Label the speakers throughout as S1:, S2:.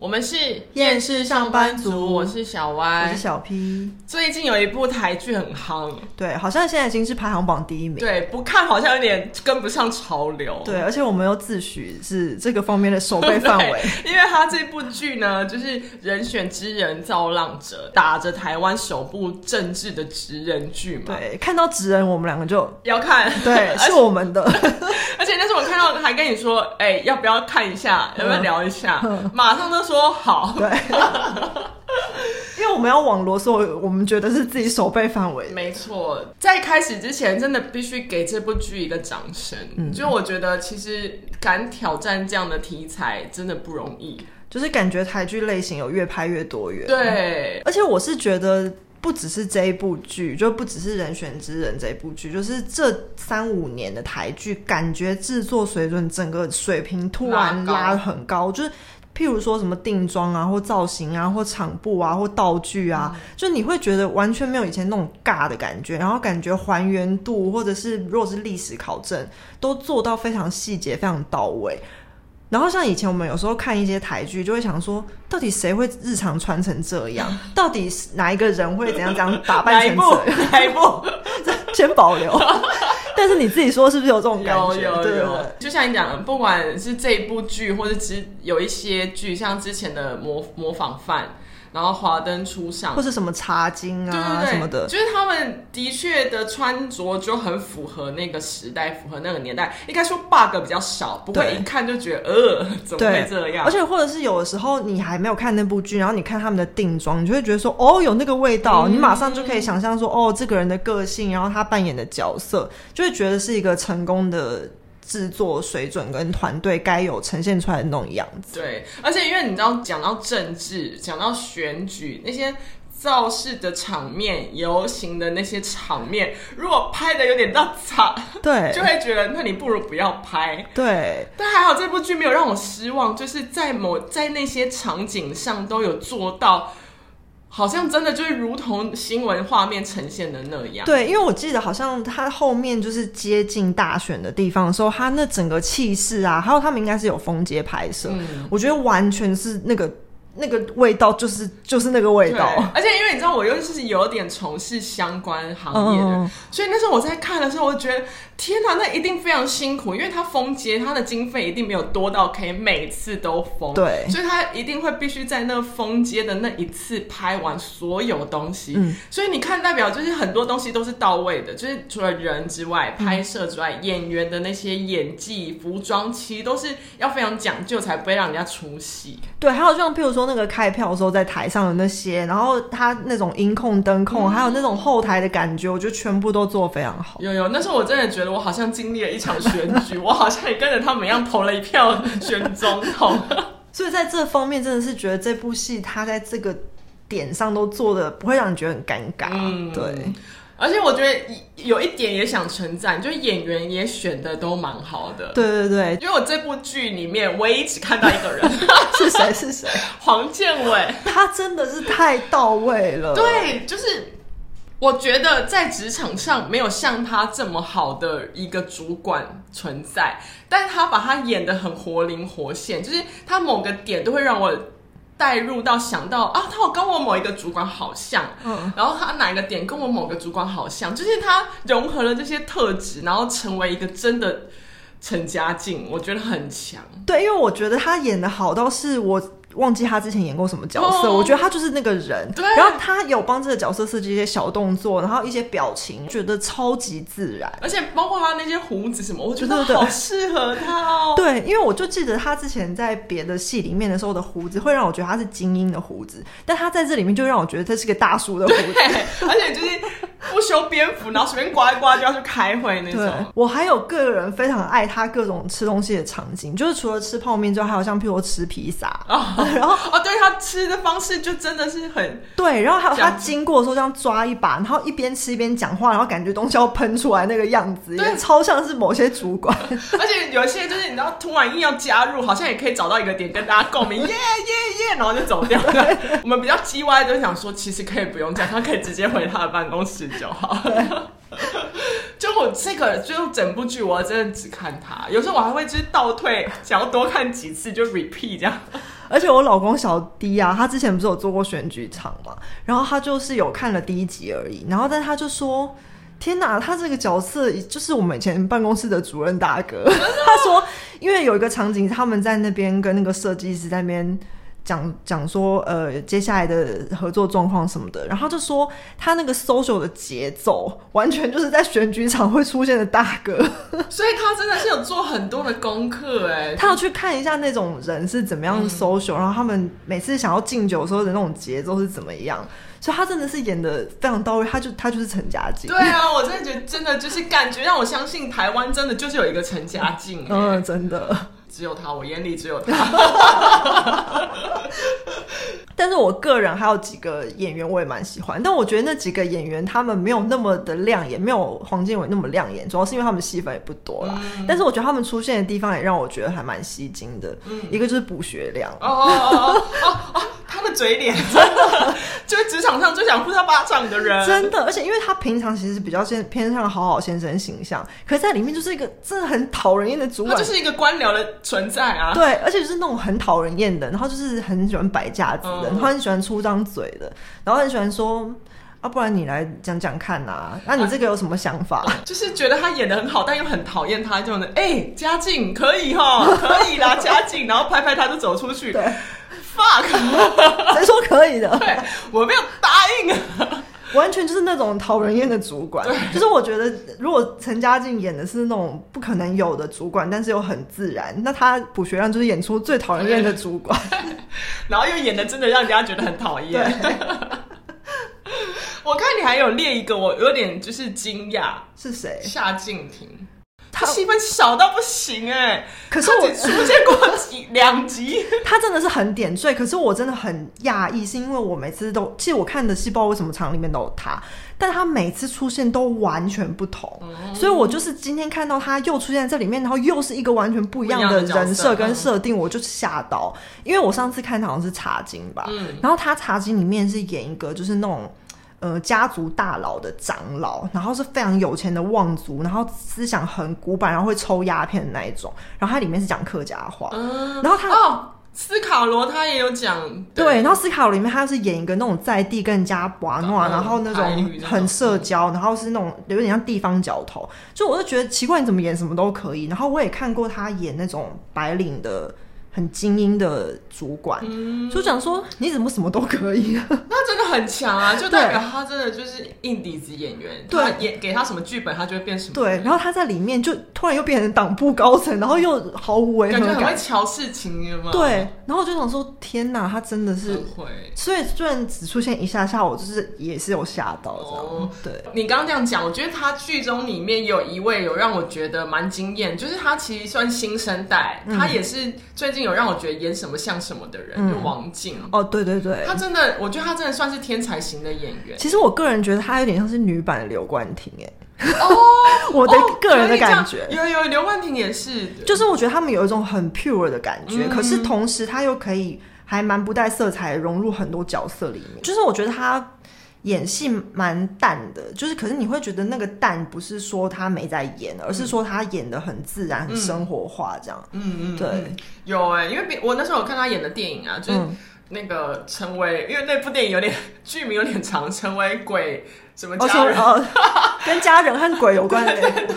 S1: 我们是
S2: 厌世上班族
S1: 我是小
S2: 我
S1: 歪
S2: 是。小 P，
S1: 最近有一部台剧很夯，
S2: 对，好像现在已经是排行榜第一名。
S1: 对，不看好像有点跟不上潮流。
S2: 对，而且我们又自诩是这个方面的守备
S1: 对。
S2: 范围。
S1: 因为他这部剧呢，就是人选之人造浪者，打着台湾首部政治的职人剧嘛，
S2: 对，看到职人，我们两个就
S1: 要看，
S2: 对，
S1: 而
S2: 是我们的。
S1: 而且那时候我看到还跟你说，哎、要不要看一下，要不要聊一下，
S2: 嗯
S1: 马上就说好，
S2: 对，因为我们要网罗所有我们觉得是自己守备范围。
S1: 没错，在开始之前，真的必须给这部剧一个掌声。嗯，就我觉得，其实敢挑战这样的题材真的不容易。
S2: 就是感觉台剧类型有越拍越多元。，
S1: 对，
S2: 而且我是觉得。不只是这一部剧，就不只是《人选之人》这一部剧，就是这三五年的台剧，感觉制作水准整个水平突
S1: 拉
S2: 然
S1: 高
S2: 拉得很高，就是譬如说什么定妆啊，或造型啊，或场布啊，或道具啊，就你会觉得完全没有以前那种尬的感觉，然后感觉还原度或者是如果是历史考证，都做到非常细节、非常到位。然后像以前我们有时候看一些台剧，就会想说，到底谁会日常穿成这样？到底是哪一个人会怎样怎 样打扮
S1: 哪一
S2: 成
S1: 部
S2: 这样？？
S1: 哪一 部？
S2: 先保留。 但是你自己说是不是有这种感
S1: 有
S2: 觉？
S1: 有
S2: 对对
S1: 有
S2: 对，
S1: 就像你讲，的，不管是这一部剧，或者之有一些剧，像之前的模模仿犯，然后华灯初上
S2: 或，是什么茶经
S1: 对
S2: 啊
S1: 对对，
S2: 什么的，
S1: 就是他们的确的穿着就很符合那个时代，符合那个年代。应该说 bug 比较少，不会
S2: 对
S1: 一看就觉得呃怎么会这样
S2: 而。且或者是有的时候你还没有看那部剧，然后你看他们的定妆，你就会觉得说哦有那个味道，
S1: 嗯
S2: 你马上就可以想象说哦这个人的个性，然后他扮演的角色，就会觉得是一个成功的制作水准跟团队该有呈现出来的那种样 子。
S1: 对，而且因为你知道，讲到政治，讲到选举那些。造势的场面、游行的那些场面，如果拍的有点到惨，
S2: 对
S1: 就会觉得那你不如不要拍。
S2: 对
S1: 但还好这部剧没有让我失望，就是在某在那些场景上都有做到，好像真的就是如同新闻画面呈现的那样。
S2: 对，因为我记得好像他后面就是接近大选的地方的时候，他那整个气势啊，还有他们应该是有封街拍摄，
S1: 嗯
S2: 我觉得完全是那个那个味道，就是就是那个味道。
S1: 对而且因为你知道，我又是有点从事相关行业的人，
S2: 嗯，
S1: 所以那时候我在看的时候，我就觉得天哪，那一定非常辛苦，因为他封街，他的经费一定没有多到可以每次都封，
S2: 对
S1: 所以他一定会必须在那封街的那一次拍完所有东西。
S2: 嗯
S1: 所以你看，代表就是很多东西都是到位的，就是除了人之外，拍摄之外，演员的那些演技、服装，其实都是要非常讲究，才不会让人家出戏。
S2: 对，还有像譬如说那个开票的时候在台上的那些，然后他那种音控、灯控，还有那
S1: 嗯
S2: 种后台的感觉，我觉得全部都做得非常好。
S1: 有有，那时候我真的觉得我好像经历了一场选举，我好像也跟着他们一样投了一票选总统。
S2: 所以在这方面，真的是觉得这部戏他在这个点上都做的不会让你觉得很尴尬。
S1: 嗯
S2: 对，
S1: 而且我觉得有一点也想称赞，就是演员也选的都蛮好的。，
S2: 对对对，
S1: 因为我这部剧里面唯一只看到一个人，
S2: 是谁是谁？
S1: 黄建伟。
S2: 他真的是太到位了。，
S1: 对，就是我觉得在职场上没有像他这么好的一个主管存在，但他把他演的很活灵活现，就是他某个点都会让我。带入到想到啊，他有跟我某一个主管好像，
S2: 嗯，
S1: 然后他哪一个点跟我某个主管好像，就是他融合了这些特质，然后成为一个真的陈家靖，我觉得很强。
S2: 对，因为我觉得他演的好到是我。忘记他之前演过什么角色
S1: 哦
S2: 我觉得他就是那个人。
S1: 对
S2: 然后他有帮这个角色设计一些小动作，然后一些表情，觉得超级自然。
S1: 而且包括他那些胡子什么，我觉得
S2: 对对对
S1: 好适合他哦。
S2: 对，因为我就记得他之前在别的戏里面的时候的胡子，会让我觉得他是精英的胡子，但他在这里面就让我觉得他是个大叔的 胡子。
S1: 对，而且就是不修边幅，然后随便刮一刮就要去开会那
S2: 对
S1: 种。
S2: 我还有个人非常爱他各种吃东西的场景，就是除了吃泡面之外，还有像譬如说吃披萨，然后
S1: 哦，对他吃的方式就真的是很
S2: 对，然后还有
S1: 这样
S2: 他经过的时候这样抓一把，然后一边吃一边讲话，然后感觉东西要喷出来那个样子，
S1: 对
S2: 也超像是某些主管。
S1: 而且有一些就是你知道，突然硬要加入，好像也可以找到一个点跟大家共鸣，耶耶耶，然后就走掉了。 我们比较叽歪，就想说其实可以不用这样，他可以直接回他的办公室就好。 就我这个，就整部剧我真的只看它，有时候我还会就是倒退，想要多看几次就 repeat 这样。
S2: 而且我老公小 D 啊，他之前不是有做过选举场嘛，然后他就是有看了第一集而已，然后但他就说。天哪，他这个角色就是我们以前办公室的主任大哥。他说，因为有一个场景，他们在那边跟那个设计师在那边讲讲说，呃，接下来的合作状况什么的。然后就说他那个 social 的节奏，完全就是在选举场会出现的大哥。
S1: 所以他真的是有做很多的功课哎、
S2: 他要去看一下那种人是怎么样 social，、然后他们每次想要敬酒的时候的那种节奏是怎么样。所以他真的是演的非常到位，他就他就是陈嘉靖。
S1: 对啊，我真的觉得真的就是感觉让我相信台湾真的就是有一个陈嘉靖、哎
S2: 嗯，真的。
S1: 只有他，我眼里只有他。
S2: 但是我个人还有几个演员我也蛮喜欢，但我觉得那几个演员他们没有那么的亮眼，没有黄建伟那么亮眼，主要是因为他们戏份也不多啦。但是我觉得他们出现的地方也让我觉得还蛮吸睛的，一个就是补学亮。
S1: 哦哦哦哦哦哦，他的嘴脸真的就是职场上最想呼他巴掌的人，
S2: 真的，而且因为他平常其实比较偏偏向好好先生形象，可是在里面就是一个真的很讨人厌的主
S1: 他
S2: 管，
S1: 就是一个官僚的存在啊。
S2: 对，而且就是那种很讨人厌的，然后就是很喜欢摆架子的，
S1: 嗯
S2: 然后很喜欢出张嘴的，然后很喜欢说啊，不然你来讲讲看呐、那、你这个有什么想法？
S1: 就是觉得他演的很好，但又很讨厌他，这种的。哎、嘉靖可以哈，可以 啦，嘉靖，然后拍拍他就走出去。
S2: 对，
S1: Fuck，
S2: 谁说可以的？
S1: 对我没有答应啊。
S2: 完全就是那种讨人厌的主 管，就是我觉得如果陈嘉靖演的是那种不可能有的主管，但是又很自然，那他补学亮就是演出最讨人厌的主 管。
S1: 然后又演的真的让人家觉得很讨厌。我看你还有列一个，我有点就是惊讶，
S2: 是谁？
S1: 夏静婷，
S2: 他
S1: 她戏份少到不行哎、
S2: 可是我
S1: 她只出现过几两 集，
S2: 他真的是很点缀，可是我真的很讶异，是因为我每次都，其实我看的戏不知道为什么场里面都有他，但他每次出现都完全不同，所以我就是今天看到他又出现在这里面，然后又是一个完全不一样
S1: 不一
S2: 的
S1: 样的角色嗯
S2: 人设跟设定，我就吓到，因为我上次看他好像是茶经吧，
S1: 嗯
S2: 然后他茶经里面是演一个就是那种。呃，家族大佬的长老，然后是非常有钱的望族，然后思想很古板，然后会抽鸦片的那一种，然后他里面是讲客家话，然后他
S1: 哦，斯卡罗他也有讲，
S2: 对，然后斯卡罗里面他是演一个那种在地更加玩
S1: 嗯
S2: 暖，然后那
S1: 台
S2: 种
S1: 语那种
S2: 很社交，然后是那种有点像地方角头，就我就觉得奇怪，你怎么演什么都可以。然后我也看过他演那种白领的。很精英的主管，
S1: 嗯
S2: 就讲说你怎么什么都 可以，
S1: 那真的很强啊，就代
S2: 对
S1: 表他真的就是硬底子演员，
S2: 对
S1: 他演给他什么剧本，他就会变什么，
S2: 对。然后他在里面就突然又变成党部高层，然后又毫无违和
S1: 感觉很
S2: 感
S1: 会，瞧事情，有吗？，
S2: 对。然后我就想说，天哪，他真的是
S1: 很，会。
S2: 所以虽然只出现一下下，我就是也是有吓到这样，
S1: 哦
S2: 对。
S1: 你刚刚这样讲，我觉得他剧中里面有一位有让我觉得蛮惊艳，就是他其实算新生代，他也是最近有让我觉得演什么像什么的人，就王静。
S2: 哦，对对对，
S1: 他真的，我觉得他真的算是天才型的演员。
S2: 其实我个人觉得她有点像是女版的刘冠廷，哎，
S1: 哦，
S2: 我的个人的感
S1: 哦
S2: 觉
S1: 可以这样有有刘冠廷也是，
S2: 就是我觉得他们有一种很 pure 的感觉，
S1: 嗯
S2: 可是同时她又可以还蛮不带色彩，融入很多角色里面。就是我觉得她演戏蛮淡的，就是可是你会觉得那个淡不是说她没在演，
S1: 嗯
S2: 而是说她演的很自然、很生活化这样。
S1: 嗯嗯，
S2: 对
S1: 嗯有哎、因为别我那时候有看他演的电影啊，就是
S2: 嗯
S1: 那个成为，因为那部电影有点剧名有点长，成为鬼什么
S2: 而且
S1: 家人，
S2: 呃， 跟家人和鬼有 关的那部，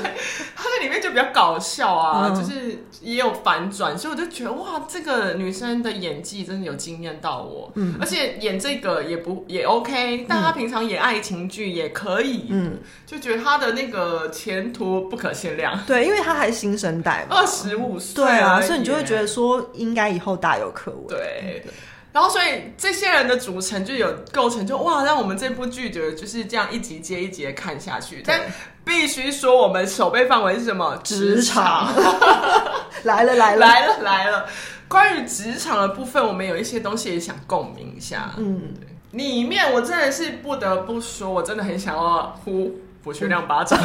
S1: 他在里面就比较搞笑啊，
S2: 嗯
S1: 就是也有反转，所以我就觉得哇，这个女生的演技真的有惊艳到我。嗯，而且演这个也不也 OK，但她平常演爱情剧也可以，嗯，就觉得她的那个前途不可限量，
S2: 对，因为她还是新生代嘛
S1: 二，十五岁而
S2: 对啊，
S1: 已
S2: 所以你就会觉得嗯说应该以后大有可为。
S1: 对。然后，所以这些人的组成就有构成就，哇，让我们这部剧的就是这样一集接一集的看下去。但必须说，我们守备范围是什么？
S2: 职场来了来了
S1: 来了来了。关于职场的部分，我们有一些东西也想共鸣一下。
S2: 嗯，
S1: 里面我真的是 不得不说，我真的很想要呼补学亮巴掌。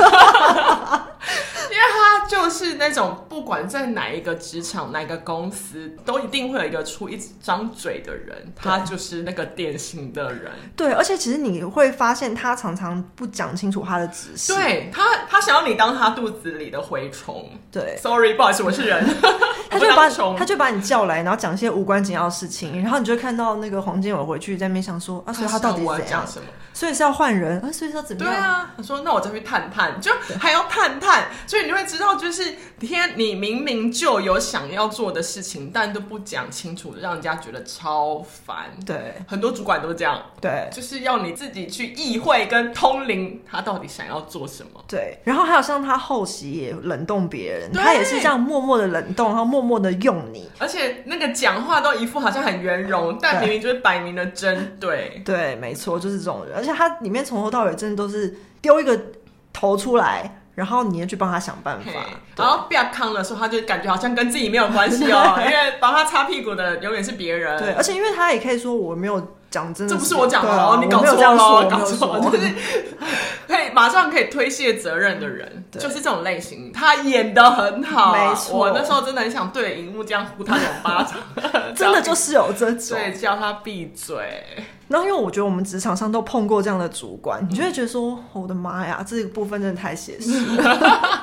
S1: 因为他就是那种不管在哪一个职场、哪一个公司，都一定会有一个出一张嘴的人，他就是那个典型的 人。
S2: 对，而且其实你会发现他常常不讲清楚他的指示。
S1: 对他，他想要你当他肚子里的蛔虫。
S2: 对
S1: Sorry，不好意思，我是 人，
S2: 他
S1: 我
S2: 就
S1: 不
S2: 会把
S1: 当
S2: 你
S1: 虫
S2: 他。就把你叫来，然后讲一些无关紧要的事情，然后你就会看到那个黄建伟回去在那边想说啊，所以他到底
S1: 我要
S2: 是怎样
S1: 讲？什么？
S2: 所以是要换人啊？所以是要怎么
S1: 对
S2: 样？
S1: 啊，他说那我再去探探，就还要探探，所以你就会知道，就是天，你明明就有想要做的事情，但都不讲清楚，让人家觉得超烦。
S2: 对
S1: 很多主管都这样，
S2: 对
S1: 就是要你自己去意会跟通灵，他到底想要做什么。
S2: 对，然后还有像他后期也冷冻别人，
S1: 对
S2: 他也是这样默默的冷冻，然后默默的用你。
S1: 而且那个讲话都一副好像很圆融，但
S2: 对
S1: 明明就是摆明的针对。
S2: 对，没错，就是这种人，而且他里面从头到尾真的都是丢一个头出来，然后你要去帮他想办
S1: 嘿
S2: 法。对
S1: 然后不要康的时候，他就感觉好像跟自己没有关系 哦，因为帮他擦屁股的永远是别人。
S2: 对，而啊且因为他也可以说我没有讲真的，
S1: 嗯这不是我讲的
S2: 对啊
S1: 哦，你搞
S2: 我没有
S1: 错
S2: 这样
S1: 了
S2: 说，
S1: 哦，搞
S2: 我
S1: 错
S2: 没
S1: 了，
S2: 有
S1: 就
S2: 说
S1: 是可以马上可以推卸责任的人，
S2: 对
S1: 就是这种类型。他演的很好，
S2: 没错，
S1: 我那时候真的很想对荧幕这样呼他两巴掌
S2: 真的就是有这种。
S1: 对，叫他闭嘴。
S2: 然后因为我觉得我们职场上都碰过这样的主管，你就会觉得说，哦我的妈呀，这个部分真的太写实了。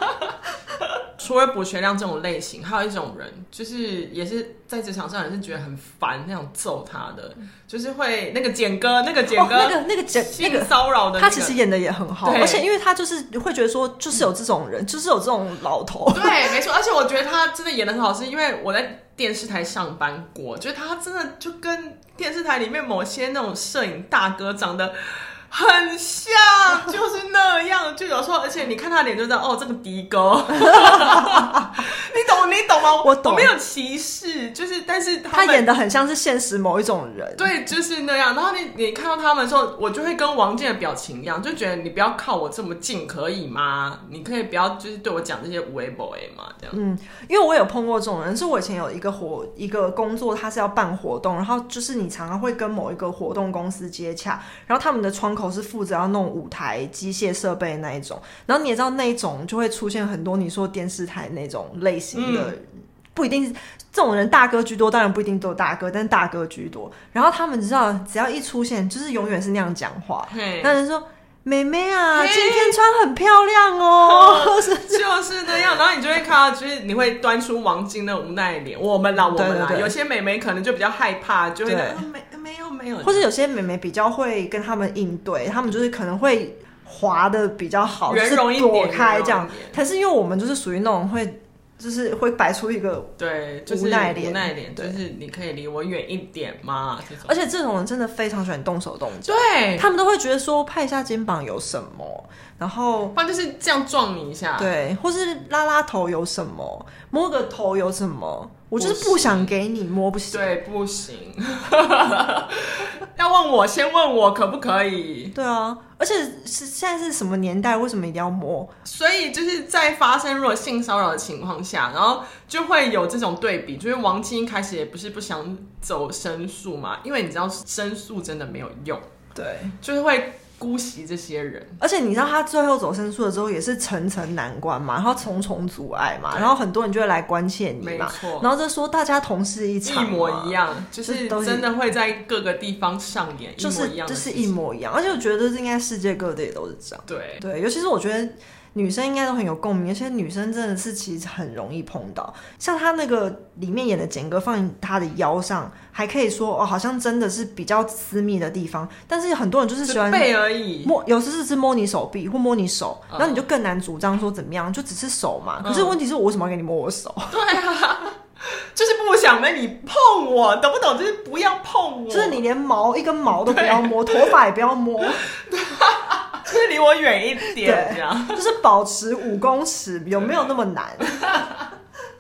S1: 除了补学亮这种类型，还有一种人，就是也是在职场上也是觉得很烦，那种揍他的，就是会那个简哥，那个简
S2: 嗯哦，
S1: 哥，
S2: 那个那个简那
S1: 性
S2: 个。
S1: 骚扰的、那
S2: 他
S1: 个，
S2: 其实演的也很好，
S1: 对
S2: 而且因为他就是会觉得说，就是有这种人，就是有这种老 头，
S1: 对，没错，而且我觉得他真的演的很好，是因为我在电视台上班过，觉得他真的就跟电视台里面某些那种摄影大哥长得很像，就是那样。就有时候，而且你看他脸就知道，哦，这个的哥，你懂你懂吗？
S2: 我懂
S1: 我没有歧视，就是但是他
S2: 他
S1: 们
S2: 演的很像是现实某一种人。
S1: 对，就是那样。然后你你看到他们的时候，我就会跟王健的表情一样，就觉得你不要靠我这么近，可以吗？你可以不要就是对我讲这些无为 boy 嘛，这样。
S2: 嗯，因为我有碰过这种人，是我以前有一个活一个工作，他是要办活动，然后就是你常常会跟某一个活动公司接洽，然后他们的窗口是负责要弄舞台机械设备那一种，然后你也知道那一种就会出现很多你说电视台那种类型的，不一定是这种人大哥居多，当然不一定都有大哥，但大哥居多。然后他们你知道，只要一出现，就是永远是那样讲话，
S1: 嘿
S2: 那人说。妹妹啊，
S1: 嘿
S2: 今天穿很漂亮哦， 是
S1: 就是那样，然后你就会看到，就是你会端出王晶那种无奈脸。我们啦，我们啦，
S2: 对对对
S1: 有些美眉可能就比较害怕，就会
S2: 对
S1: 啊没没有没有，
S2: 或者有些妹妹比较会跟他们应对，他们就是可能会滑的比较好，
S1: 圆融一
S2: 就是躲
S1: 点
S2: 开这
S1: 圆
S2: 样
S1: 融一点。
S2: 可是因为我们就是属于那种会，就是会摆出一个，
S1: 对，就是
S2: 无奈脸
S1: 无奈脸，就
S2: 对呃
S1: 是你可以离我远一点嘛，这种。
S2: 而且这种人真的非常喜欢动手动脚，
S1: 对，
S2: 他们都会觉得说拍一下肩膀有什么，然后
S1: 不然就是这样撞你一下。
S2: 对，或是拉拉头有什么，摸个头有什么，我就是不
S1: 不行
S2: 想给你摸，不行。
S1: 对，不行， 要问我，先问我可不可以？
S2: 对啊，而且是现在是什么年代？为什么一定要摸？
S1: 所以就是在发生如果性骚扰的情况下，然后就会有这种对比，就是王晶一开始也不是不想走申诉嘛，因为你知道申诉真的没有用，
S2: 对，
S1: 就是会姑息这些人。
S2: 而且你知道他最后走申诉了之后，也是层层难关嘛，然后重重阻碍嘛，
S1: 对
S2: 然后很多人就会来关切你
S1: 没
S2: 嘛
S1: 错，
S2: 然后就说大家同事一
S1: 一
S2: 场，
S1: 模一，样，就
S2: 这
S1: 是
S2: 都是
S1: 真的会在各个地方上演一
S2: 就
S1: 模
S2: 是
S1: 一样的
S2: 就
S1: 事
S2: 是
S1: 情，
S2: 一模一样，而且我觉得这应该世界各地都是这样，
S1: 对
S2: 对，尤其是我觉得。女生应该都很有共鸣，而且女生真的是其实很容易碰到，像他那个里面演的简哥放他的腰上，还可以说哦，好像真的是比较私密的地方，但是很多人就是喜欢
S1: 就背而已。
S2: 摸有时是只摸你手臂或摸你手，
S1: 嗯
S2: 然后你就更难主张说怎么样，就只是手嘛。
S1: 嗯
S2: 可是问题是我为什么要给你摸我手？
S1: 就是不想让你碰我，懂不懂？就是不要碰我，
S2: 就是你连毛一根毛都不要摸，头发也不要 摸，
S1: 就是离我远一点，
S2: 对
S1: 这样。
S2: 就是保持五公尺有没有那么难？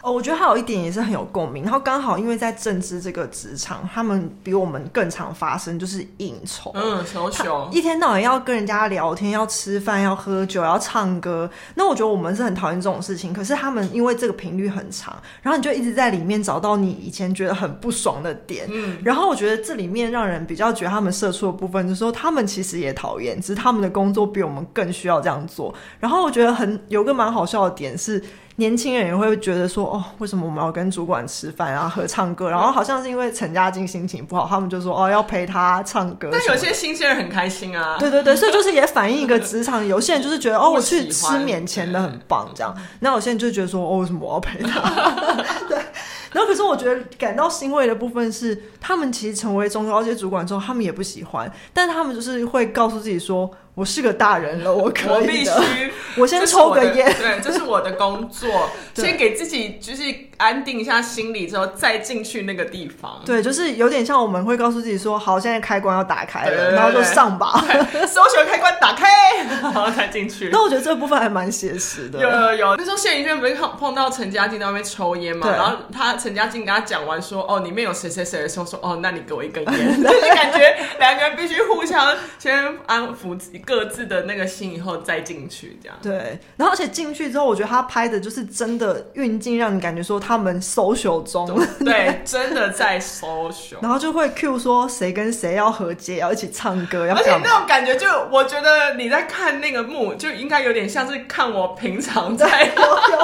S2: 哦，我觉得还有一点也是很有共鸣，然后刚好因为在政治这个职场，他们比我们更常发生就是应酬，
S1: 嗯，球球，
S2: 一天到晚要跟人家聊天，要吃饭，要喝酒，要唱歌。那我觉得我们是很讨厌这种事情，可是他们因为这个频率很长，然后你就一直在里面找到你以前觉得很不爽的点。嗯，然后我觉得这里面让人比较觉得他们社畜的部分，就是说他们其实也讨厌，只是他们的工作比我们更需要这样做。然后我觉得很有个蛮好笑的点是。年轻人也会觉得说，哦，为什么我们要跟主管吃饭啊、合唱歌？然后好像是因为陈嘉静心情不好，他们就说，哦，要陪他唱歌什么的。
S1: 但有些新鲜人很开心啊，
S2: 对对对，所以就是也反映一个职场，有些人就是觉得哦，
S1: 我
S2: 我
S1: 喜欢
S2: 去吃免钱的很棒这样，那有些人就觉得说哦，为什么我要陪他？ 对。然后，可是我觉得感到欣慰的部分是，他们其实成为中高阶主管之后，他们也不喜欢，但他们就是会告诉自己说：“我是个大人了，我
S1: 我
S2: 可
S1: 必须
S2: 以的。”我先
S1: 这是
S2: 抽
S1: 我
S2: 个
S1: 的
S2: 烟
S1: 对，这是我的工作，
S2: 对
S1: 先给自己就是安定一下心理之后，再进去那个地方。
S2: 对，就是有点像我们会告诉自己说：“好，现在开关要打开
S1: 对对
S2: 了，
S1: 对
S2: 然后就
S1: 对
S2: 上吧。
S1: 搜寻开 关打开，然后才进”去。
S2: 那我觉得这部分还蛮写实的。
S1: 有有有，那时候谢颖轩不是碰碰到陈嘉静在外面抽烟嘛，
S2: 对
S1: 然后他陈嘉静跟他讲完说，哦，里面有谁谁谁的时候，说，哦，那你给我一根 烟，就是感觉两个人必须互相先安抚自己各自的那个心，以后再进去这样。
S2: 对，然后而且进去之后，我觉得他拍的就是真的运镜，让你感觉说他们 social 中，
S1: 对，真的在 social。
S2: 然后就会 Q 说谁跟谁要和解，要一起唱歌，要
S1: 而且
S2: 干嘛？
S1: 那种感觉就，我觉得你在看那个幕，就应该有点像是看我平常在
S2: 有有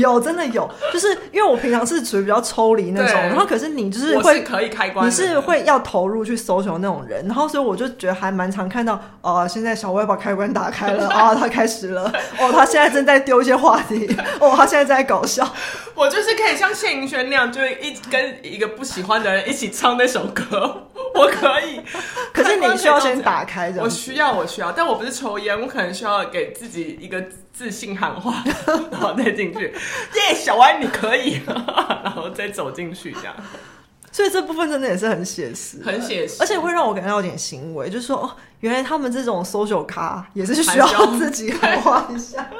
S2: 有真的有，就是因为我平常是属于比较抽离那种，
S1: 对
S2: 然后可是你 就是
S1: 我是
S2: 会。
S1: 可以开关
S2: 你
S1: 的，
S2: 是会要投入去搜求那种人，然后所以我就觉得还蛮常看到，呃，现在小歪把开关打 开了啊，他开始了，哦，他现在正在丢一些话题，哦，他现在在搞笑，
S1: 我就是可以像谢盈萱那样，就是一跟一个不喜欢的人一起唱那首歌， 我可以。
S2: 可是你需要先
S1: 打。
S2: 打开，这样
S1: 我
S2: 子
S1: 需要，我需要，但我不是抽烟，我可能需要给自己一个自信喊话， 然后再进去。耶、小歪，你可以， 然后再走进去，这样
S2: 所以这部分真的也是很写实，
S1: 很写实
S2: 而且会让我感到有点欣慰，就是说，哦，原来他们这种 social 咖也是需
S1: 还需要
S2: 要自己喊话 一下。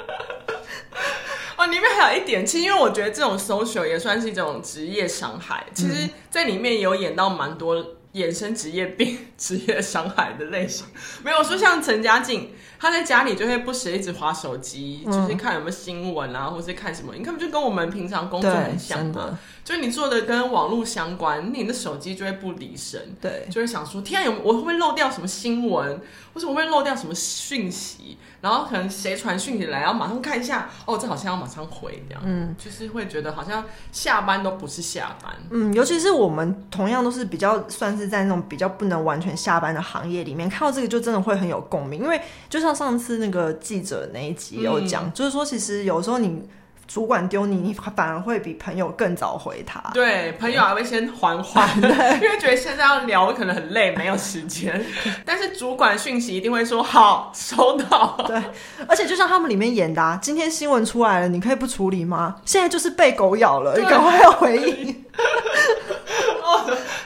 S1: 哦。里面还有一点，其实因为我觉得这种 social 也算是一种职业伤害，其
S2: 嗯
S1: 实在里面有演到蛮多。衍生职业病、 职业伤害的类型，没有说像陈嘉静，她在家里就会不时一直划手机，
S2: 嗯
S1: 就是看有没有新闻啊，或是看什么。你看，不就跟我们平常工作
S2: 对，
S1: 很像
S2: 真
S1: 吗
S2: 的？，
S1: 就是你做的跟网络相关，你的手机就会不离身，
S2: 对，
S1: 就会想说，天啊，有我会不会漏掉什么新闻，或者我会不会漏掉什么讯息？然后可能谁传讯息来，然后马上看一下，哦，这好像要马上回这样，
S2: 嗯
S1: 就是会觉得好像下班都不是下班，
S2: 嗯，尤其是我们同样都是比较算是在那种比较不能完全下班的行业里面，看到这个就真的会很有共鸣，因为就像上次那个记者那一集有讲，
S1: 嗯
S2: 就是说其实有时候你主管丢你，你反而会比朋友更早回他。
S1: 对，朋友还会先缓缓， 因为觉得现在要聊可能很累，没有时间。但是主管讯息一定会说好，收到。
S2: 对，而且就像他们里面演的、啊，今天新闻出来了，你可以不处理吗？现在就是被狗咬了，
S1: 对
S2: 你赶快要回应。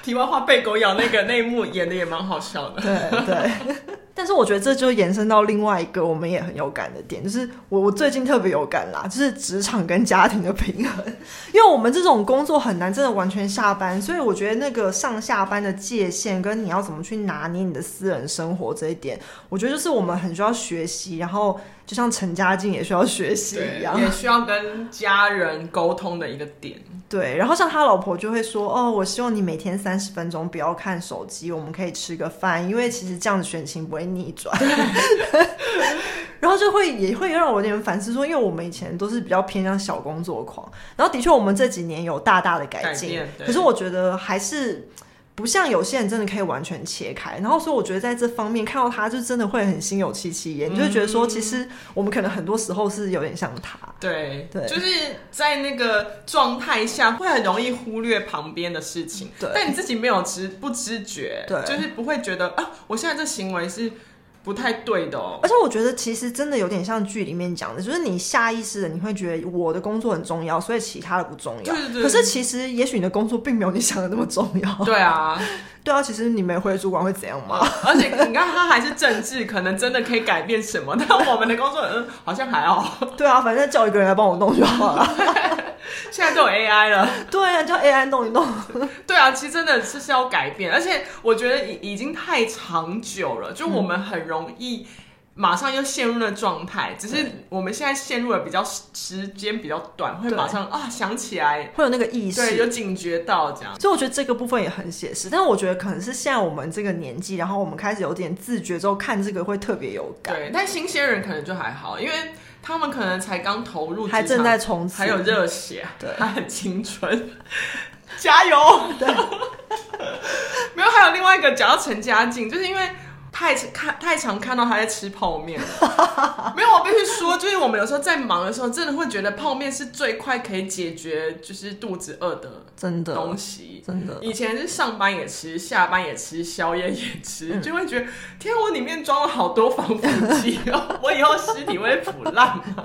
S1: 题外话，被狗咬那个那一幕演的也蛮好笑的。
S2: 对对。 但是我觉得这就延伸到另外一个我们也很有感的点，就是我我最近特别有感啦，就是职场跟家庭的平衡， 因为我们这种工作很难真的完全下班，所以我觉得那个上下班的界限跟你要怎么去拿捏你的私人生活这一点，我觉得就是我们很需要学习，然后就像陈嘉静也需要学习
S1: 对，
S2: 一样，
S1: 也需要跟家人沟通的一个点。
S2: 对，然后像他老婆就会说：“哦，我希望你每天三十分钟不要看手机，我们可以吃个饭，因为其实这样子选情不会逆转。” 然后就会也会让我有点反思说，因为我们以前都是比较偏向小工作狂，然后的确我们这几年有大大的改进，
S1: 改变对
S2: 可是我觉得还是。不像有些人真的可以完全切开，然后所以我觉得在这方面看到他就真的会很心有戚戚焉，你就会觉得
S1: 嗯
S2: 说其实我们可能很多时候是有点像他，
S1: 对，
S2: 对
S1: 就是在那个状态下，会很容易忽略旁边的事情。
S2: 对
S1: 但你自己没有知不知觉，
S2: 对
S1: 就是不会觉得啊，我现在这行为是不太对的 哦。
S2: 而且我觉得其实真的有点像剧里面讲的，就是你下意识的你会觉得我的工作很重要，所以其他的不重要。
S1: 对对对
S2: 可是其实也许你的工作并没有你想的那么重 要。
S1: 对啊，哦
S2: 对啊，其实你没回主管会怎样 吗？
S1: 而且你看他还是政治，可能真的可以改变什么，但我们的工作，嗯，好像还好。
S2: 对啊，反正叫一个人来帮我弄就好了。
S1: 现在都有 AI 了。
S2: 对啊，叫 AI 弄一弄。
S1: 对啊，其实真的是是要改变，而且我觉得已已经太长久了，就我们很容易马上又陷入那状态，只是我们现在陷入了比较时时间比较短，会
S2: 对
S1: 马上啊想起来，
S2: 会有那个意
S1: 对，有
S2: 识。
S1: 警觉到这样。
S2: 所以我觉得这个部分也很写实，但我觉得可能是现在我们这个年纪，然后我们开始有点自觉之后，看这个会特别有感，
S1: 对，但新鲜人可能就还好，因为他们可能才刚投入职场，
S2: 还正在冲刺，
S1: 还有热血，
S2: 对
S1: 还很青春，加油！对， 没有，还有另外一个讲到陈嘉静，就是因为。太看太常看到他在吃泡面了，没有我必须说，就是我们有时候在忙的时候，真的会觉得泡面是最快可以解决就是肚子饿的
S2: 真的
S1: 东西。
S2: 真的，
S1: 以前是上班也吃，下班也吃，宵夜也吃，
S2: 嗯
S1: 就会觉得天，我里面装了好多防腐剂哦， 我以后尸体会腐烂吗？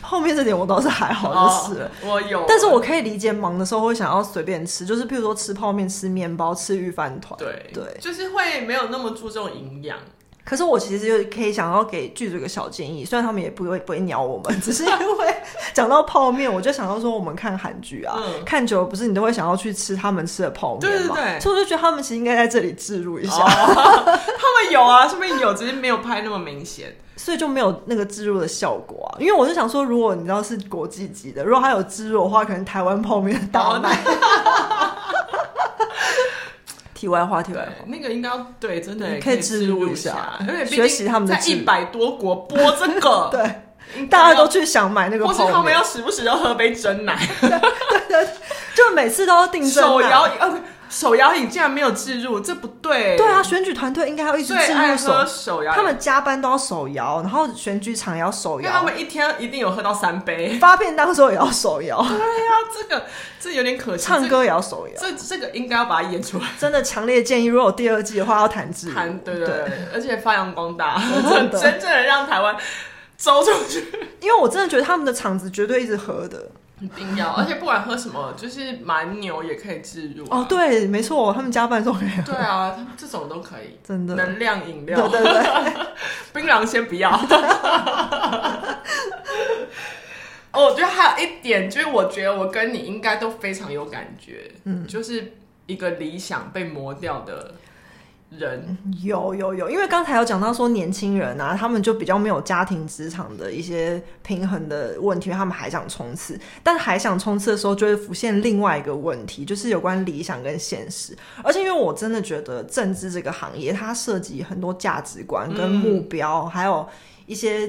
S2: 后面这点我倒是还好，就是了。
S1: 哦我有，
S2: 但是我可以理解忙的时候会想要随便吃，就是譬如说吃泡面、吃面包、吃御饭团。
S1: 对
S2: 对。
S1: 就是会没有那么注重营养。
S2: 可是我其实就可以想要给剧组一个小建议，虽然他们也不会不会鸟我们，只是因为 讲到泡面，我就想到说我们看韩剧啊，
S1: 嗯
S2: 看久了不是你都会想要去吃他们吃的泡面嘛，
S1: 对对对哦
S2: 所以我就觉得他们其实应该在这里置入一下，
S1: 他们有 啊，上面有，只是没有拍那么明显。
S2: 所以就没有那个置入的效果啊。因为我是想说，如果你知道是国际级的，如果它有置入的话，可能台湾泡面大
S1: 哦
S2: 卖。题外话，题外
S1: 对
S2: 话。，
S1: 那个应该要对，真的
S2: 你可
S1: 可
S2: 以
S1: 以
S2: 置
S1: 植
S2: 入
S1: 入
S2: 一下
S1: 下，因为毕
S2: 学
S1: 竟
S2: 习他们的
S1: 在
S2: 制
S1: 一
S2: 度
S1: 百多国播这个，
S2: 对
S1: 应该要
S2: 大家都去想买那个
S1: 或是他
S2: 泡
S1: 们
S2: 面
S1: 要，时不时要喝杯真 奶，
S2: 就每次都要订正
S1: 手摇
S2: 啊。
S1: 饮，呃，手摇饮竟然没有置入，这不对。
S2: 对啊，，选举团队应该要一直
S1: 最
S2: 置入
S1: 爱
S2: 手
S1: 喝，手摇饮，
S2: 他们加班都要手摇，然后选举场也要手
S1: 因为他
S2: 摇，
S1: 们一天一定有喝到三杯。
S2: 发片当时候也要手摇，
S1: 对呀、啊，这个这有点可惜。
S2: 唱歌也要手摇。
S1: 这这这个应该要把它演出来。
S2: 真的强烈建议，如果有第二季的话，要谈制
S1: 谈对对
S2: 对
S1: 对，而且发扬光大，
S2: 真的
S1: 真正的让台湾走 出去，
S2: 因为我真的觉得他们的场子绝对一直合的。
S1: 一定要。而且不管喝什么，就是蛮牛也可以置入、啊
S2: 哦，，对，没错，他们加班的时候可以喝，
S1: 对啊，他们这种都可以。
S2: 真的，
S1: 能量饮
S2: 对
S1: 料，
S2: 对对，
S1: 槟榔先不要。 哦，我觉得还有一点，就是我觉得我跟你应该都非常有感觉，嗯，就是一个理想被磨掉的人，
S2: 有有有，因为刚才有讲到说年轻人啊，他们就比较没有家庭职场的一些平衡的问题，因为他们还想冲刺，但还想冲刺的时候，就会浮现另外一个问题，就是有关理想跟现实。而且因为我真的觉得政治这个行业，它涉及很多价值观跟目标，还有一些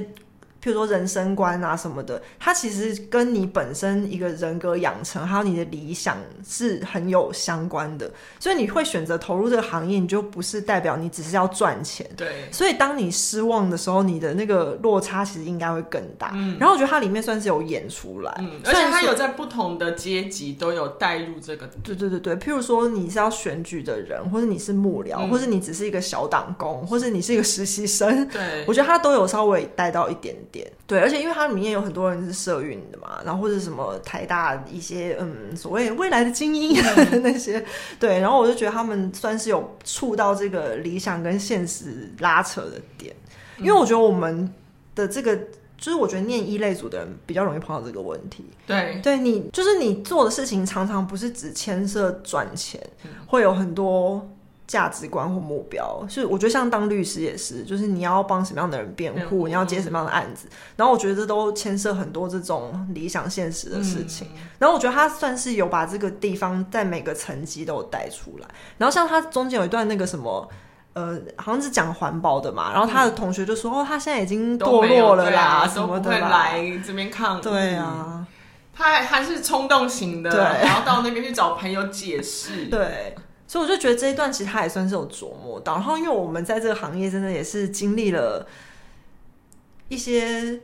S2: 譬如说人生观啊什么的，它其实跟你本身一个人格养成，还有你的理想是很有相关的。所以你会选择投入这个行业，你就不是代表你只是要赚钱。
S1: 对，
S2: 所以当你失望的时候，你的那个落差其实应该会更大。然后我觉得它里面算是有演出来，
S1: 嗯，而
S2: 虽然
S1: 且他
S2: 说
S1: 有在不同的阶级都有带入这个
S2: 对对对对，譬如说你是要选举的人，或者你是幕僚，
S1: 嗯
S2: 或者你只是一个小党工，或者你是一个实习 生，
S1: 对，
S2: 我觉得他都有稍微带到一点点。对，而且因为它里面有很多人是社运的嘛，然后或者什么台大一些嗯所谓未来的精英 那些，对，然后我就觉得他们算是有触到这个理想跟现实拉扯的点，因为我觉得我们的这个。就是我觉得念一类组的人比较容易碰到这个问题，
S1: 对，
S2: 对你，就是你做的事情常常不是只牵涉赚钱，
S1: 嗯
S2: 会有很多价值观或目标。是我觉得像当律师也是，就是你要帮什么样的人辩
S1: 辩
S2: 护，
S1: 护
S2: 你要接什么样的案子，然后我觉得这都牵涉很多这种理想现实的事情。
S1: 嗯
S2: 然后我觉得他算是有把这个地方在每个层级都有带出来。然后像他中间有一段那个什么。呃，好像是讲环保的嘛，然后他的同学就说：“哦，他现在已经
S1: 嗯都
S2: 堕
S1: 没有
S2: 落了
S1: 对
S2: 啦，
S1: 啊
S2: 什
S1: 都
S2: 么
S1: 不
S2: 的
S1: 会
S2: 啦
S1: 来这边抗议，
S2: 对，啊，
S1: 他还还是冲动型的，
S2: 对
S1: 然后到那边去找朋友解释，
S2: 对，所以我就觉得这一段其实他也算是有琢磨到。然后，因为我们在这个行业真的也是经历了一些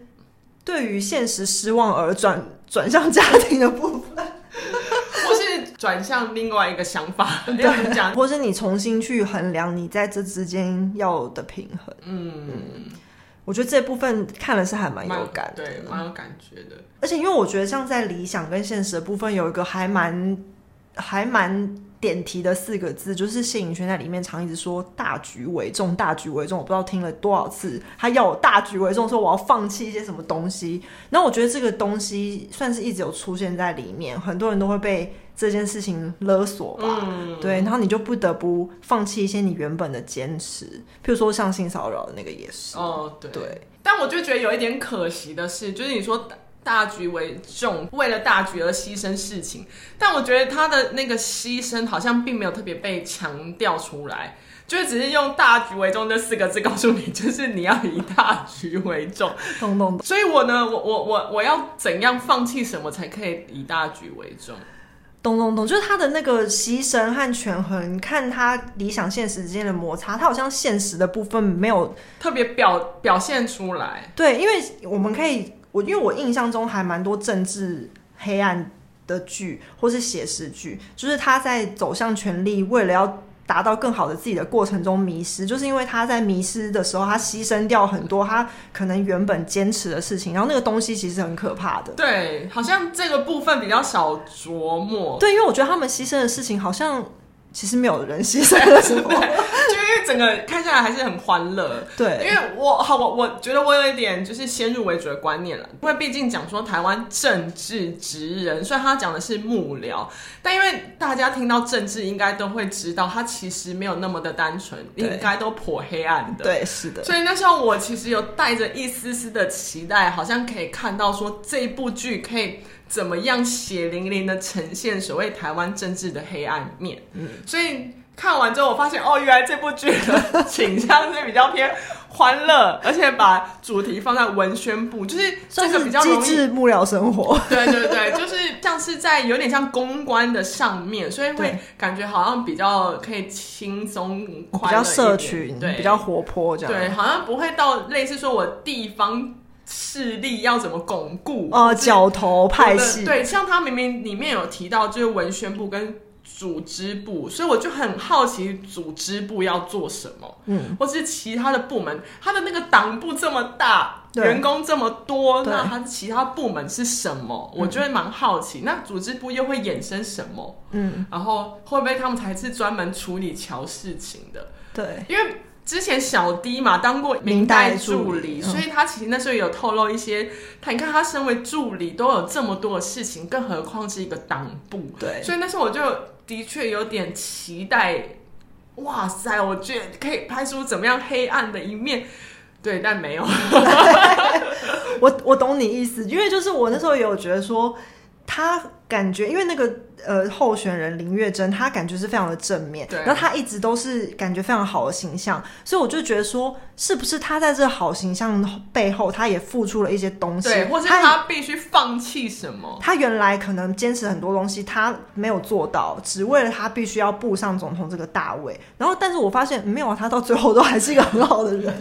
S2: 对于现实失望而转转向家庭的部分，
S1: 或是转向另外一个想法，要怎么讲？
S2: 或是你重新去衡量你在这之间要的平衡。
S1: 嗯，
S2: 我觉得这部分看了是还蛮有感的，
S1: 对，蛮有感觉的。
S2: 而且因为我觉得像在理想跟现实的部分有一个还蛮还蛮点题的四个字，就是谢颖轩在里面常一直说“大局为重，大局为重”，我不知道听了多少次，他要我大局为重，说我要放弃一些什么东西。然后我觉得这个东西算是一直有出现在里面，很多人都会被这件事情勒索吧，
S1: 嗯
S2: 对，然后你就不得不放弃一些你原本的坚持，譬如说像性骚扰的那个也是，
S1: 哦，对。
S2: 对，
S1: 但我就觉得有一点可惜的是，就是你说大大局为重，为了大局而牺牲事情，但我觉得他的那个牺牲好像并没有特别被强调出来。就是只是用“大局为重”这四个字告诉你，就是你要以大局为重。
S2: 懂懂懂。
S1: 所以我呢，我我我我要怎样放弃什么才可以以大局为重？
S2: 懂懂懂，就是他的那个牺牲和权衡，看他理想现实之间的摩擦，他好像现实的部分没有
S1: 特别表表现出来。
S2: 对，因为我们可以，我因为我印象中还蛮多政治黑暗的剧或是写实剧，就是他在走向权力，为了要达到更好的自己的过程中迷失，就是因为他在迷失的时候，他牺牲掉很多他可能原本坚持的事情，然后那个东西其实很可怕的。
S1: 对，好像这个部分比较少琢磨，
S2: 对，因为我觉得他们牺牲的事情好像其实没有人牺牲了什么。
S1: 就因为整个看下来还是很欢乐。
S2: 对，
S1: 因为我好，我我觉得我有一点就是先入为主的观念了，因为毕竟讲说台湾政治职人，虽然他讲的是幕僚，但因为大家听到政治，应该都会知道他其实没有那么的单纯，
S2: 对
S1: 应该都颇黑暗的。
S2: 对，是的，
S1: 所以那时候我其实有带着一丝丝的期待，好像可以看到说这一部剧可以怎么样血淋淋的呈现所谓台湾政治的黑暗面。所以看完之后，我发现哦，原来这部剧的倾向是比较偏欢乐，而且把主题放在文宣部，就是这
S2: 算
S1: 个
S2: 是
S1: 比较容
S2: 机
S1: 易
S2: 智幕僚 生活。
S1: 对对对，就是像是在有点像公关的上面，所以会
S2: 对哦
S1: 感觉好像比较可以轻松
S2: 比
S1: 快乐
S2: 较
S1: 一点，
S2: 社群，
S1: 对，
S2: 比较活泼这样。
S1: 对，好像不会到类似说我地方势力要怎么巩固
S2: 呃，
S1: 或是
S2: 角头派系，
S1: 对，像他明明里面有提到就是文宣部跟组织部，所以我就很好奇组织部要做什么，嗯，或是其他的部门，他的那个党部这么大，
S2: 对
S1: 员工这么多，
S2: 对
S1: 那他其他部门是什么？我就会蛮好奇，那组织部又会衍生什么？
S2: 嗯，
S1: 然后会不会他们才是专门处理乔事情的？
S2: 对，
S1: 因为之前小 D 嘛当过明代助理，
S2: 明代助理嗯
S1: 所以他其实那时候有透露一些，他你看他身为助理都有这么多的事情，更何况是一个党部，
S2: 对
S1: 所以那时候我就的确有点期待，哇塞，我觉得可以拍出怎么样黑暗的一面。对，但没有，
S2: 我我懂你意思，因为就是我那时候也有觉得说，他感觉因为那个呃候选人林月珍，她感觉是非常的正面，
S1: 对
S2: 然后她一直都是感觉非常好的形象，所以我就觉得说，是不是她在这好形象背后，她也付出了一些东西，
S1: 对，或是
S2: 她也
S1: 他必须放弃什么？
S2: 他原来可能坚持很多东西，他没有做到，只为了他必须要步上总统这个大位。然后，但是我发现没有啊，他到最后都还是一个很好的人。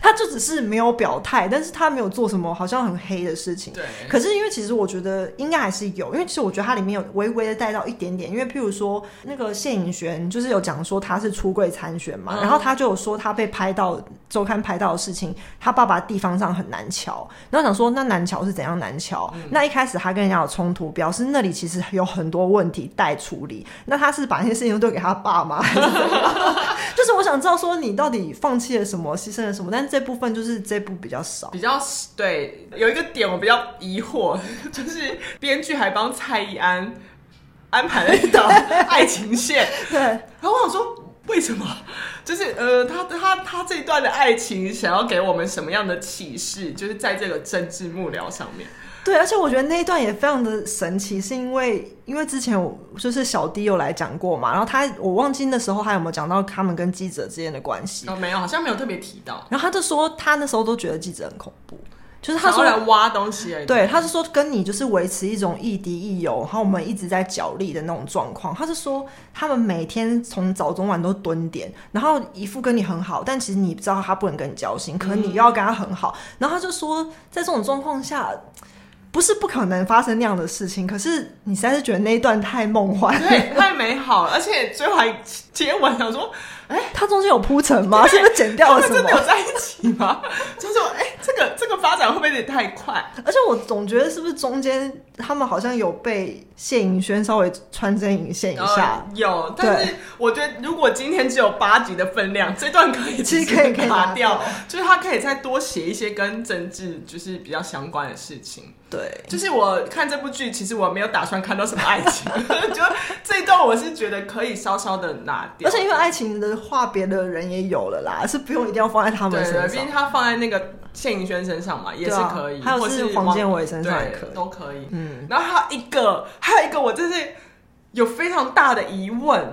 S2: 他就只是没有表态，但是他没有做什么好像很黑的事情。
S1: 对，
S2: 可是因为其实我觉得应该还是有，因为其实我觉得它里面有微微的带到一点点，因为譬如说那个谢颖璇就是有讲说他是出柜参选嘛，
S1: 嗯
S2: 然后他就有说他被拍到周刊拍到的事情，他爸爸地方上很难瞧，然后想说那难瞧是怎样难瞧？那一开始他跟人家有冲突，表示那里其实有很多问题待处理，那他是把那些事情都给他爸妈，还是怎样就是我想知道说你到底放弃了什么，牺牲了什么，但这部分就是这部比较少。
S1: 比较对，有一个点我比较疑惑，就是编剧还帮蔡依安安排了一 道爱情线，
S2: 对，
S1: 然后我想说为什么？就是呃，他他他这一段的爱情想要给我们什么样的启示？就是在这个政治幕僚上面，
S2: 对，而且我觉得那一段也非常的神奇，是因为因为之前我就是小 D 有来讲过嘛，然后他我忘记那时候还有没有讲到他们跟记者之间的关系，
S1: 哦，没有，好像没有特别提到，
S2: 然后他就说他那时候都觉得记者很恐怖，就是他
S1: 他
S2: 说
S1: 说来挖东西而已。
S2: 对，他是说跟你就是维持一种亦敌亦友，然后我们一直在角力的那种状况。他是说他们每天从早中晚都蹲点，然后一副跟你很好，但其实你知道他不能跟你交
S1: 嗯
S2: 心，可你又要跟他很好。然后他就说，在这种状况下，不是不可能发生那样的事情，可是你实在是觉得那一段太梦幻了。
S1: 哎对，太美美好，而且最后还接吻，想说
S2: 他中间有铺陈吗？是不是剪掉
S1: 哎他们
S2: 了什
S1: 真的有
S2: 么？
S1: 在一起吗？ 就说哎、这个这个发展会不会有点太快？
S2: 而且我总觉得是不是中间他们好像有被谢颖轩稍微穿针引线一下，
S1: 呃有，但是我觉得如果今天只有八集的分量，这段可以
S2: 其实可以可以拿
S1: 卡掉，就是他可以再多写一些跟政治就是比较相关的事情。
S2: 对，
S1: 就是我看这部剧，其实我没有打算看到什么爱情， 就这一段我是觉得可以稍稍的拿掉。
S2: 而且因为爱情的话，别的人也有了啦，是不用一定要放在他们
S1: 对对，
S2: 身
S1: 毕
S2: 上
S1: 竟。他放在那个谢盈萱身上嘛，也是
S2: 对啊
S1: 可以，
S2: 还有
S1: 或
S2: 是
S1: 是
S2: 黄
S1: 王
S2: 健瑋身上也
S1: 对
S2: 可以
S1: 都可以。
S2: 嗯，
S1: 然后还有一个，还有一个，我真是有非常大的疑问，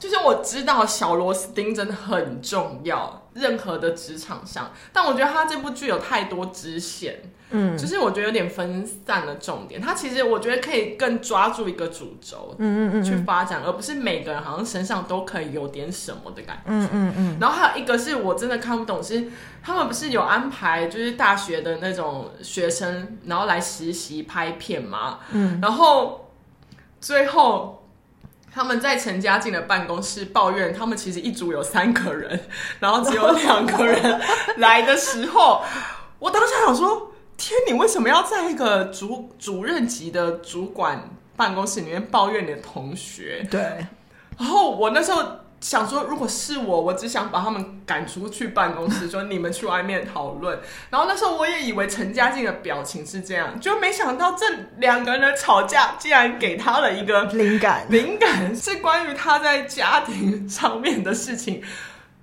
S1: 就是我知道小螺丝钉真的很重要，任何的职场上，但我觉得他这部剧有太多支线，
S2: 嗯
S1: 就是我觉得有点分散了重点。他其实我觉得可以更抓住一个主轴
S2: 嗯嗯嗯
S1: 去发展，而不是每个人好像身上都可以有点什么的感觉。
S2: 嗯嗯嗯，
S1: 然后还有一个是我真的看不懂是，他们不是有安排就是大学的那种学生，然后来实习拍片吗？
S2: 嗯，
S1: 然后最后。他们在陈嘉静的办公室抱怨，他们其实一组有三个人，然后只有两个人来的时候，我当时想说：天，你为什么要在一个主主任级的主管办公室里面抱怨你的同学？
S2: 对，
S1: 然后我那时候想说，如果是我，我只想把他们赶出去办公室，说你们去外面讨论。然后那时候我也以为陈嘉静的表情是这样，就没想到这两个人的吵架竟然给他了一个
S2: 灵感。
S1: 灵感，是关于他在家庭上面的事情。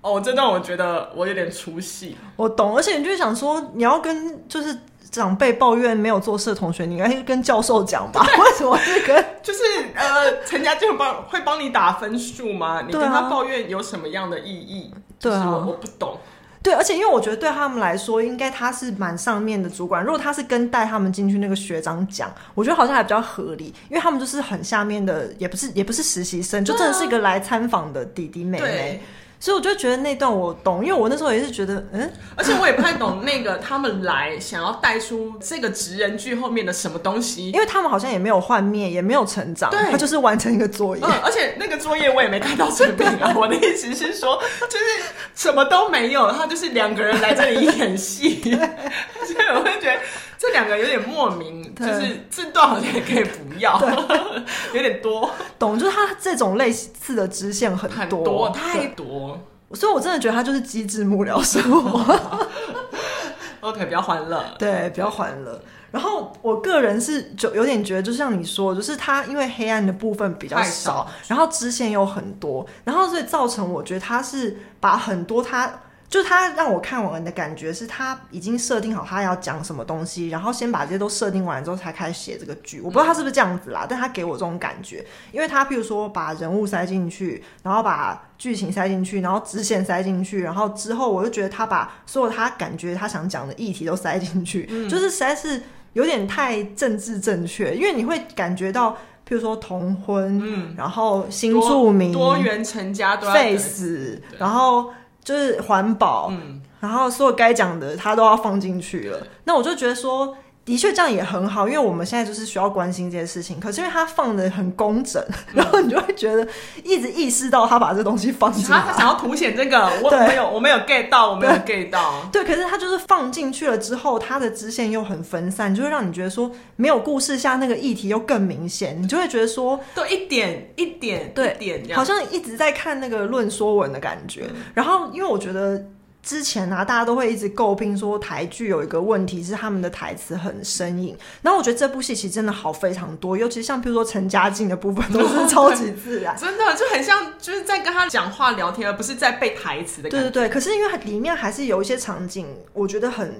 S1: 哦，这段我觉得我有点出戏，
S2: 我懂，而且你就想说，你要跟就是长辈抱怨没有做事的同学，你应该跟教授讲吧？ 为什么是跟
S1: 就是呃，陈嘉静帮会帮你打分数吗？你跟
S2: 对啊
S1: 他抱怨有什么样的意义？
S2: 对啊
S1: 就是我我不懂。
S2: 对？而且因为我觉得对他们来说，应该他是蛮上面的主管。如果他是跟带他们进去那个学长讲，我觉得好像还比较合理，因为他们就是很下面的，也不是也不是实习生，就真的是一个来参访的弟弟妹妹
S1: 啊对。
S2: 所以我就觉得那段我懂，因为我那时候也是觉得，嗯，
S1: 而且我也不太懂那个他们来想要带出这个职人剧后面的什么东西。
S2: 因为他们好像也没有幻灭，也没有成长，
S1: 对
S2: 他就是完成一个作业。
S1: 嗯，而且那个作业我也没看到成品啊。我的意思是说，就是什么都没有，然后就是两个人来这里演戏， 所以我会觉得这两个有点莫名，就
S2: 对
S1: 是这段好像也可以不要， 有点多，
S2: 懂，就是他这种类似的支线很
S1: 很
S2: 多，
S1: 多
S2: 对
S1: 太多。
S2: 所以我真的觉得他就是机智幕僚生活，
S1: OK，比较哦欢乐，
S2: 对，比较欢乐。然后我个人是就有点觉得，就像你说，就是他因为黑暗的部分比较
S1: 太
S2: 少
S1: 少，
S2: 然后支线又很多，然后所以造成我觉得他是把很多他。就他让我看完的感觉是他已经设定好他要讲什么东西，然后先把这些都设定完之后才开始写这个剧。我不知道他是不是这样子啦，但他给我这种感觉，因为他譬如说把人物塞进去，然后把剧情塞进去，然后支线塞进去，然后之后我就觉得他把所有他感觉他想讲的议题都塞进去，就是实在是有点太政治正确，因为你会感觉到，譬如说同婚，
S1: 嗯
S2: 然后新
S1: 多
S2: 住民、
S1: 多元成家都要
S2: face，
S1: 对
S2: 然后就是环保，
S1: 嗯，
S2: 然后所有该讲的他都要放进去了。那我就觉得说，的确这样也很好，因为我们现在就是需要关心这些事情。可是因为他放的很工整，
S1: 嗯
S2: 然后你就会觉得一直意识到他把这东西放进
S1: 他他
S2: 来。
S1: 想要凸显这个，我
S2: 对
S1: 我没有我没有 get 到，我没有 get 到。
S2: 对，可是他就是放进去了之后，他的支线又很分散，就会让你觉得说没有故事下那个议题又更明显，你就会觉得说
S1: 对，一点一点，
S2: 对
S1: 一点这样。
S2: 好
S1: 嗯
S2: 像一直在看那个论说文的感觉。然后，因为我觉得之前啊，大家都会一直诟病说台剧有一个问题是他们的台词很生硬。然后我觉得这部戏其实真的好非常多，尤其像譬如说陈嘉静的部分都是超级自 然。
S1: 真的就很像，就是在跟他讲话聊天，而不是在背台词的
S2: 对
S1: 感
S2: 对
S1: 觉。
S2: 对，可是因为它里面还是有一些场景，我觉得很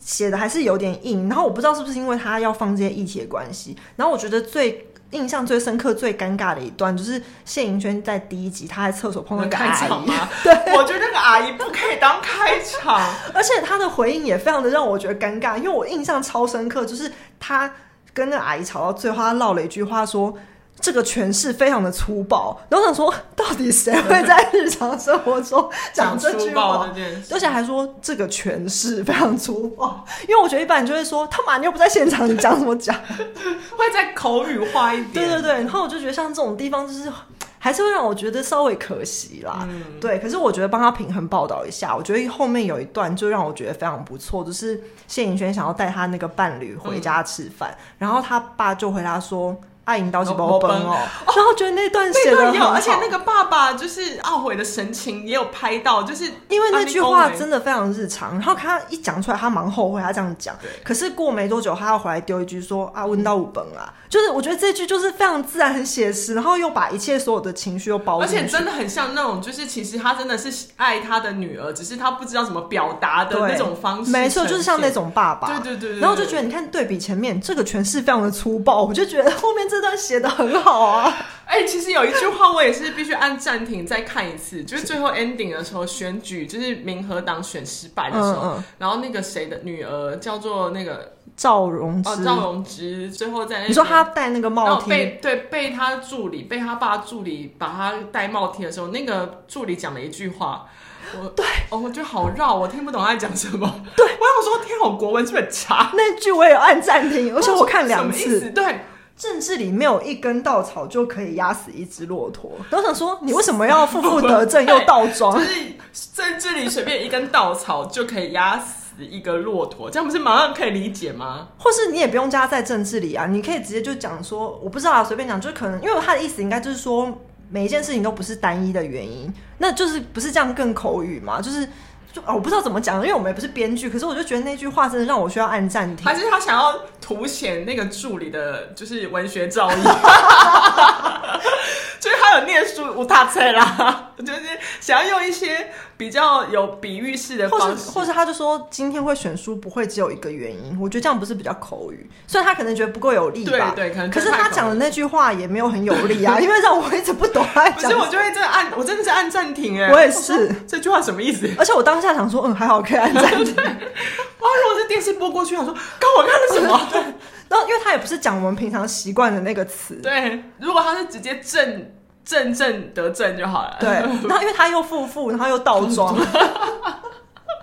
S2: 写的还是有点硬。然后我不知道是不是因为他要放这些议题的关系，然后我觉得最。印象最深刻、最尴尬的一段，就是谢盈萱在第一集，她在厕所碰到一个
S1: 开
S2: 阿姨
S1: 场，吗？对，我觉得那个阿姨不可以当开场。
S2: 而且他的回应也非常的让我觉得尴尬，因为我印象超深刻，就是他跟那个阿姨吵到最后，他唠了一句话说。这个诠释非常的粗暴，然后我想说，到底谁会在日常生活中 讲这
S1: 粗
S2: 句
S1: 暴
S2: 话
S1: 这？件事，
S2: 而且还说这个诠释非常粗暴，因为我觉得一般人就会说他妈你又不在现场，你讲什么讲？
S1: 会再口语化一点。
S2: 对对对，然后我就觉得像这种地方就是还是会让我觉得稍微可惜啦。
S1: 嗯
S2: 对，可是我觉得帮他平衡报道一下，我觉得后面有一段就让我觉得非常不错，就是谢颖轩想要带他那个伴侣回家吃饭，
S1: 嗯
S2: 然后他爸就回答说：“啊爱引导起包崩哦。”然后觉得那 段写
S1: 那
S2: 的
S1: 段
S2: 很
S1: 有，
S2: 好，
S1: 而且那个爸爸就是懊悔的神情也有拍到，就是
S2: 因为那句
S1: 啊
S2: 话
S1: 你讲
S2: 真的非常日常，然后他一讲出来，他蛮后悔他这样讲
S1: 对。
S2: 可是过没多久，他要回来丢一句说啊，问到五本啊，就是我觉得这句就是非常自然、很写实，然后又把一切所有的情绪又包
S1: 而
S2: 进
S1: 且
S2: 去。
S1: 真的很像那种，就是其实他真的是爱他的女儿，只是他不知道怎么表达的
S2: 对
S1: 那种方式。
S2: 没错，就是像那。种爸爸。
S1: 对对对对对
S2: 然后就觉得你看对比前面这个诠释非常的粗暴，我就觉得后面这段写的很好啊。
S1: 哎、其实有一句话我也是必须按暂停再看一次，就是最后 ending 的时候选举，就是民和党选失败的时候，
S2: 嗯嗯
S1: 然后那个谁的女儿叫做那个
S2: 赵荣之，
S1: 哦赵荣之，最后在那边
S2: 你说他戴那个
S1: 然
S2: 帽
S1: 后
S2: 贴，
S1: 被对被他助理被他爸助理把他戴帽贴的时候，那个助理讲了一句话， 我对哦，我觉得好绕，我听不懂他在讲什么。对，我想说，天啊，我国文是不是很差？
S2: 那句我也有按暂停，而且我看两
S1: 什么意
S2: 次
S1: 思。对，
S2: 政治里没有一根稻草就可以压死一只骆驼。然后想说，你为什 么要负负得正又倒装
S1: 就？是在这里随便一根稻草就可以压死一个骆驼，这样不是马上可以理解吗？
S2: 或是你也不用加在政治里啊，你可以直接就讲说，我不知道啊，随便讲，就是可能因为他的意思应该就是说，每一件事情都不是单一的原因，那就是不是这样更口语嘛？就是就啊，我不知道怎么讲，因为我们也不是编剧，可是我就觉得那句话真的让我需要按暂停
S1: 还。是他想要凸显那个助理的，就是文学造诣？ 就是他有念书无大菜啦，就是想要用一些比较有比喻式的
S2: 或
S1: 方
S2: 是
S1: 式，
S2: 或是他就说今天会选书不会只有一个原因，我觉得这样不是比较口语，虽然他可能觉得不够有力吧，
S1: 对对可能
S2: 是
S1: 太口
S2: 他
S1: 语
S2: 讲的那句话也没有很有力 啊，因为让我一直不懂他在
S1: 不
S2: 讲
S1: 是
S2: 什
S1: 我
S2: 么，
S1: 就会真的按，我真的是按暂停哎、
S2: 我也是，
S1: 这句话什么意思？
S2: 而且我当下想说，嗯，还好可以按暂停，
S1: 哇，如果是电视播过去，我说刚我看了什么？
S2: 然后因为他也不是讲我们平常习惯的那个词，
S1: 对，如果他是直接正正正得正就好了。
S2: 对，然后因为他又负负，然后又倒 装，就是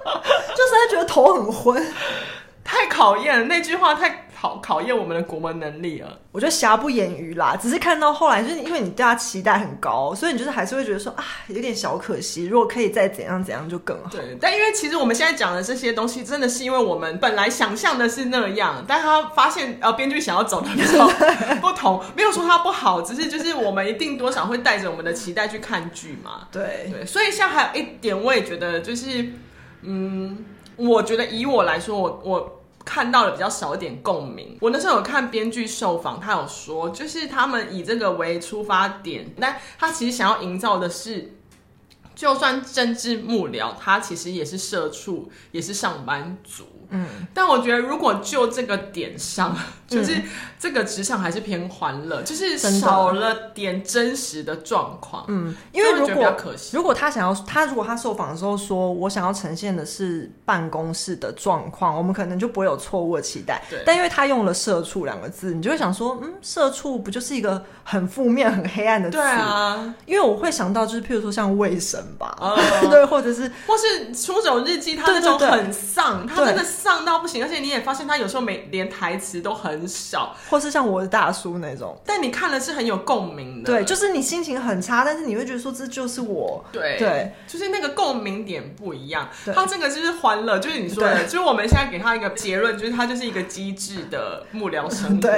S2: 他觉得头很昏。
S1: 太考验了，那句话太考考验我们的国文能力了。
S2: 我觉得瑕不掩瑜啦，只是看到后来，就是因为你对他期待很高，所以你就是还是会觉得说啊，有点小可惜。如果可以再怎样怎样就更好。
S1: 对，但因为其实我们现在讲的这些东西，真的是因为我们本来想象的是那样，但他发现呃，编剧想要走的比较不同，没有说它不好，只是就是我们一定多少会带着我们的期待去看剧嘛。
S2: 对，
S1: 对，所以像还有一点，我也觉得就是，嗯，我觉得以我来说，我我看到了比较少一点共鸣。我那时候有看编剧受访，他有说，就是他们以这个为出发点，但他其实想要营造的是。就算政治幕僚，他其实也是社畜，也是上班族。嗯，但我觉得如果就这个点上， 就是这个职场还是偏欢乐，就是
S2: 真的
S1: 少了点真实的状况。嗯，
S2: 因为如
S1: 觉得比较
S2: 果
S1: 可惜。
S2: 如果他想要他如果他受访的时候说我想要呈现的是办公室的状况，我们可能就不会有错误的期待
S1: 对。
S2: 但因为他用了“社畜”两个字，你就会想说，嗯，社畜不就是一个很负面、很黑暗的词？
S1: 对啊，
S2: 因为我会想到就是譬如说像卫生吧，
S1: 哦
S2: 对，或者是
S1: 或是《出走日记》，他那
S2: 对对
S1: 种
S2: 对
S1: 很丧，他
S2: 对
S1: 真的丧到不行，而且你也发现他有时候没连台词都很少，
S2: 或是像我的大叔那种，
S1: 但你看了是很有共鸣的。
S2: 对，就是你心情很差，但是你会觉得说这就是我，
S1: 对
S2: 对，
S1: 就是那个共鸣点不一样。
S2: 对
S1: 他这个就是欢乐，就是你说的，
S2: 对
S1: 就是我们现在给他一个结论，就是他就是一个机智的幕僚生活，
S2: 对，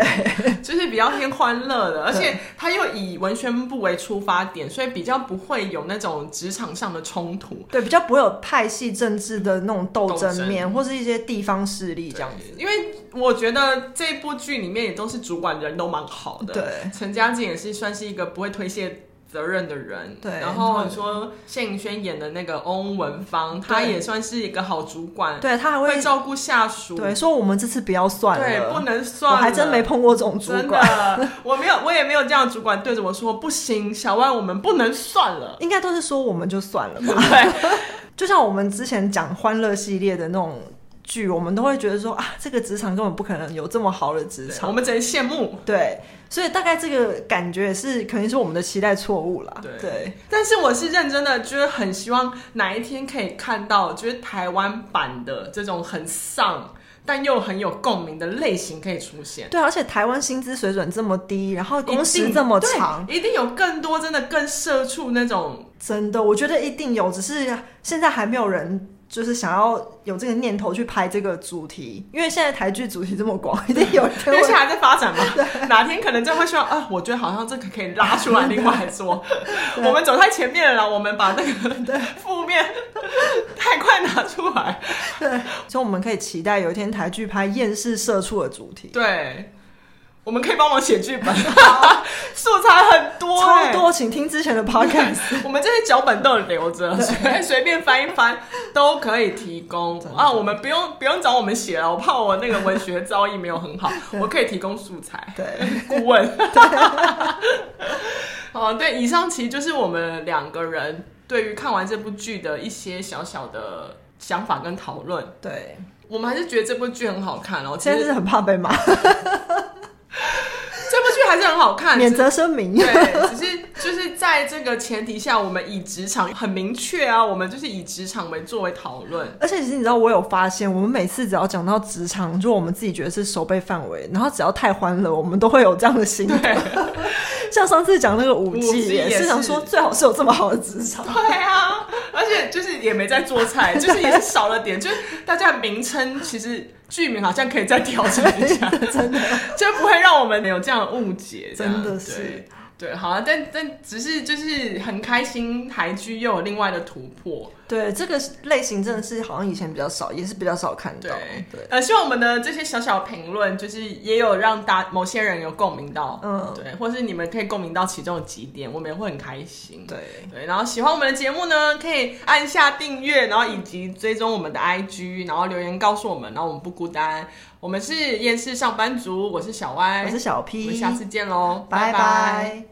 S1: 就是比较偏欢乐的，而
S2: 对
S1: 且他又以文宣部为出发点，所以比较不会有那种职场上的冲突。
S2: 对，比较不会有派系政治的那种斗争面，
S1: 斗
S2: 或是一些地方势力这样子。
S1: 因为我觉得这部剧里面也都是主管人都蛮好的，
S2: 对，
S1: 陈嘉静也是算是一个不会推卸责任的人，
S2: 对
S1: 然后你说谢颖轩演的那个翁文芳，他也算是一个好主管，，
S2: 对他还
S1: 会
S2: 会
S1: 照顾下属，
S2: 对说我们这次不要算了，
S1: 对，不能算
S2: 我
S1: 了，
S2: 还真没。碰过这种主
S1: 真
S2: 管，
S1: 的，我没有，我也没有这样。主管对着我说：“不行，小万，我们不能算了。
S2: 应该都是说我们就算了”吧。
S1: 对，
S2: 就像我们之前讲欢乐系列的那种剧，我们都会觉得说啊，这个职场根本不可能有这么好的职场
S1: 我。们只能羡慕。
S2: 对，所以大概这个感觉也是肯定是我们的期待错误啦。
S1: 对
S2: 对，
S1: 但是我是认真的，就是很希望哪一天可以看到，就是台湾版的这种很丧，但又很有共鸣的类型可以出现。
S2: 对啊，而且台湾薪资水准这么低，然后工
S1: 一
S2: 时
S1: 定
S2: 这么
S1: 对
S2: 长，
S1: 一定有更多真的更社畜那种
S2: 真的，我觉得一定有，只是现在还没有人就是想要有这个念头去拍这个主题，因为现在台剧主题这么广，一定有 人
S1: 因为现
S2: 会
S1: 在还在发 展嘛，哪天可能就会说，啊，我觉得好像这个可以拉出来另外 说，我们走太前面了啦，我们把那个负面太快拿出 来，
S2: 对，所以我们可以期待有一天台剧拍厌世社畜的主题。
S1: 对，我们可以帮忙写剧本， 素材很多、欸
S2: 超。多，请听之前的 podcast。
S1: 我们这些脚本都有留着，随随便翻一翻都可以提供啊。我们不用不用找我们写了，我怕我那个文学造诣没有很好，我可以提供素材。
S2: 对，
S1: 顾问。 哦，对，以上其实就是我们两个人对于看完这部剧的一些小小的想法跟讨论。
S2: 对，
S1: 我们还是觉得这部剧很好看哦，其
S2: 现在
S1: 实
S2: 是很怕 被骂，
S1: 这部剧还是很好看，
S2: 免
S1: 只
S2: 责声明。
S1: 对，只是就是在这个前提下，我们以职场很明确啊，我们就是以职场为作为讨论。
S2: 而且其实你知道，我有发现，我们每次只要讲到职场，就我们自己觉得是手背范围，然后只要太欢乐，我们都会有这样的心态。 像上次讲那个舞
S1: 舞
S2: 技，
S1: 技也
S2: 是
S1: 是
S2: 想说最好是有这么好的职场。
S1: 对啊，而且就是也没在做 菜，就是也是少了点，就是大家的名称其实剧名好像可以再调整一下， 真的就不会让我们有这样的误解，这样
S2: 真的是
S1: 对对，好啊，但但只是就是很开心，台剧又有另外的突破，
S2: 对，这个类型真的是好像以前比较少，也是比较少看到。
S1: 对
S2: 对，
S1: 呃，希望我们的这些小小评论，就是也有让大某些人有共鸣到，
S2: 嗯
S1: 对，或是你们可以共鸣到其中的几点，我们也会很开心，
S2: 对，
S1: 对，然后喜欢我们的节目呢，可以按下订阅，然后以及追踪我们的 IG，然后留言告诉我们，然后我们不孤单。我们是厌世上班族，我是小歪，
S2: 我是小
S1: 我
S2: P，
S1: 们下次见喽，
S2: 拜
S1: 拜
S2: 拜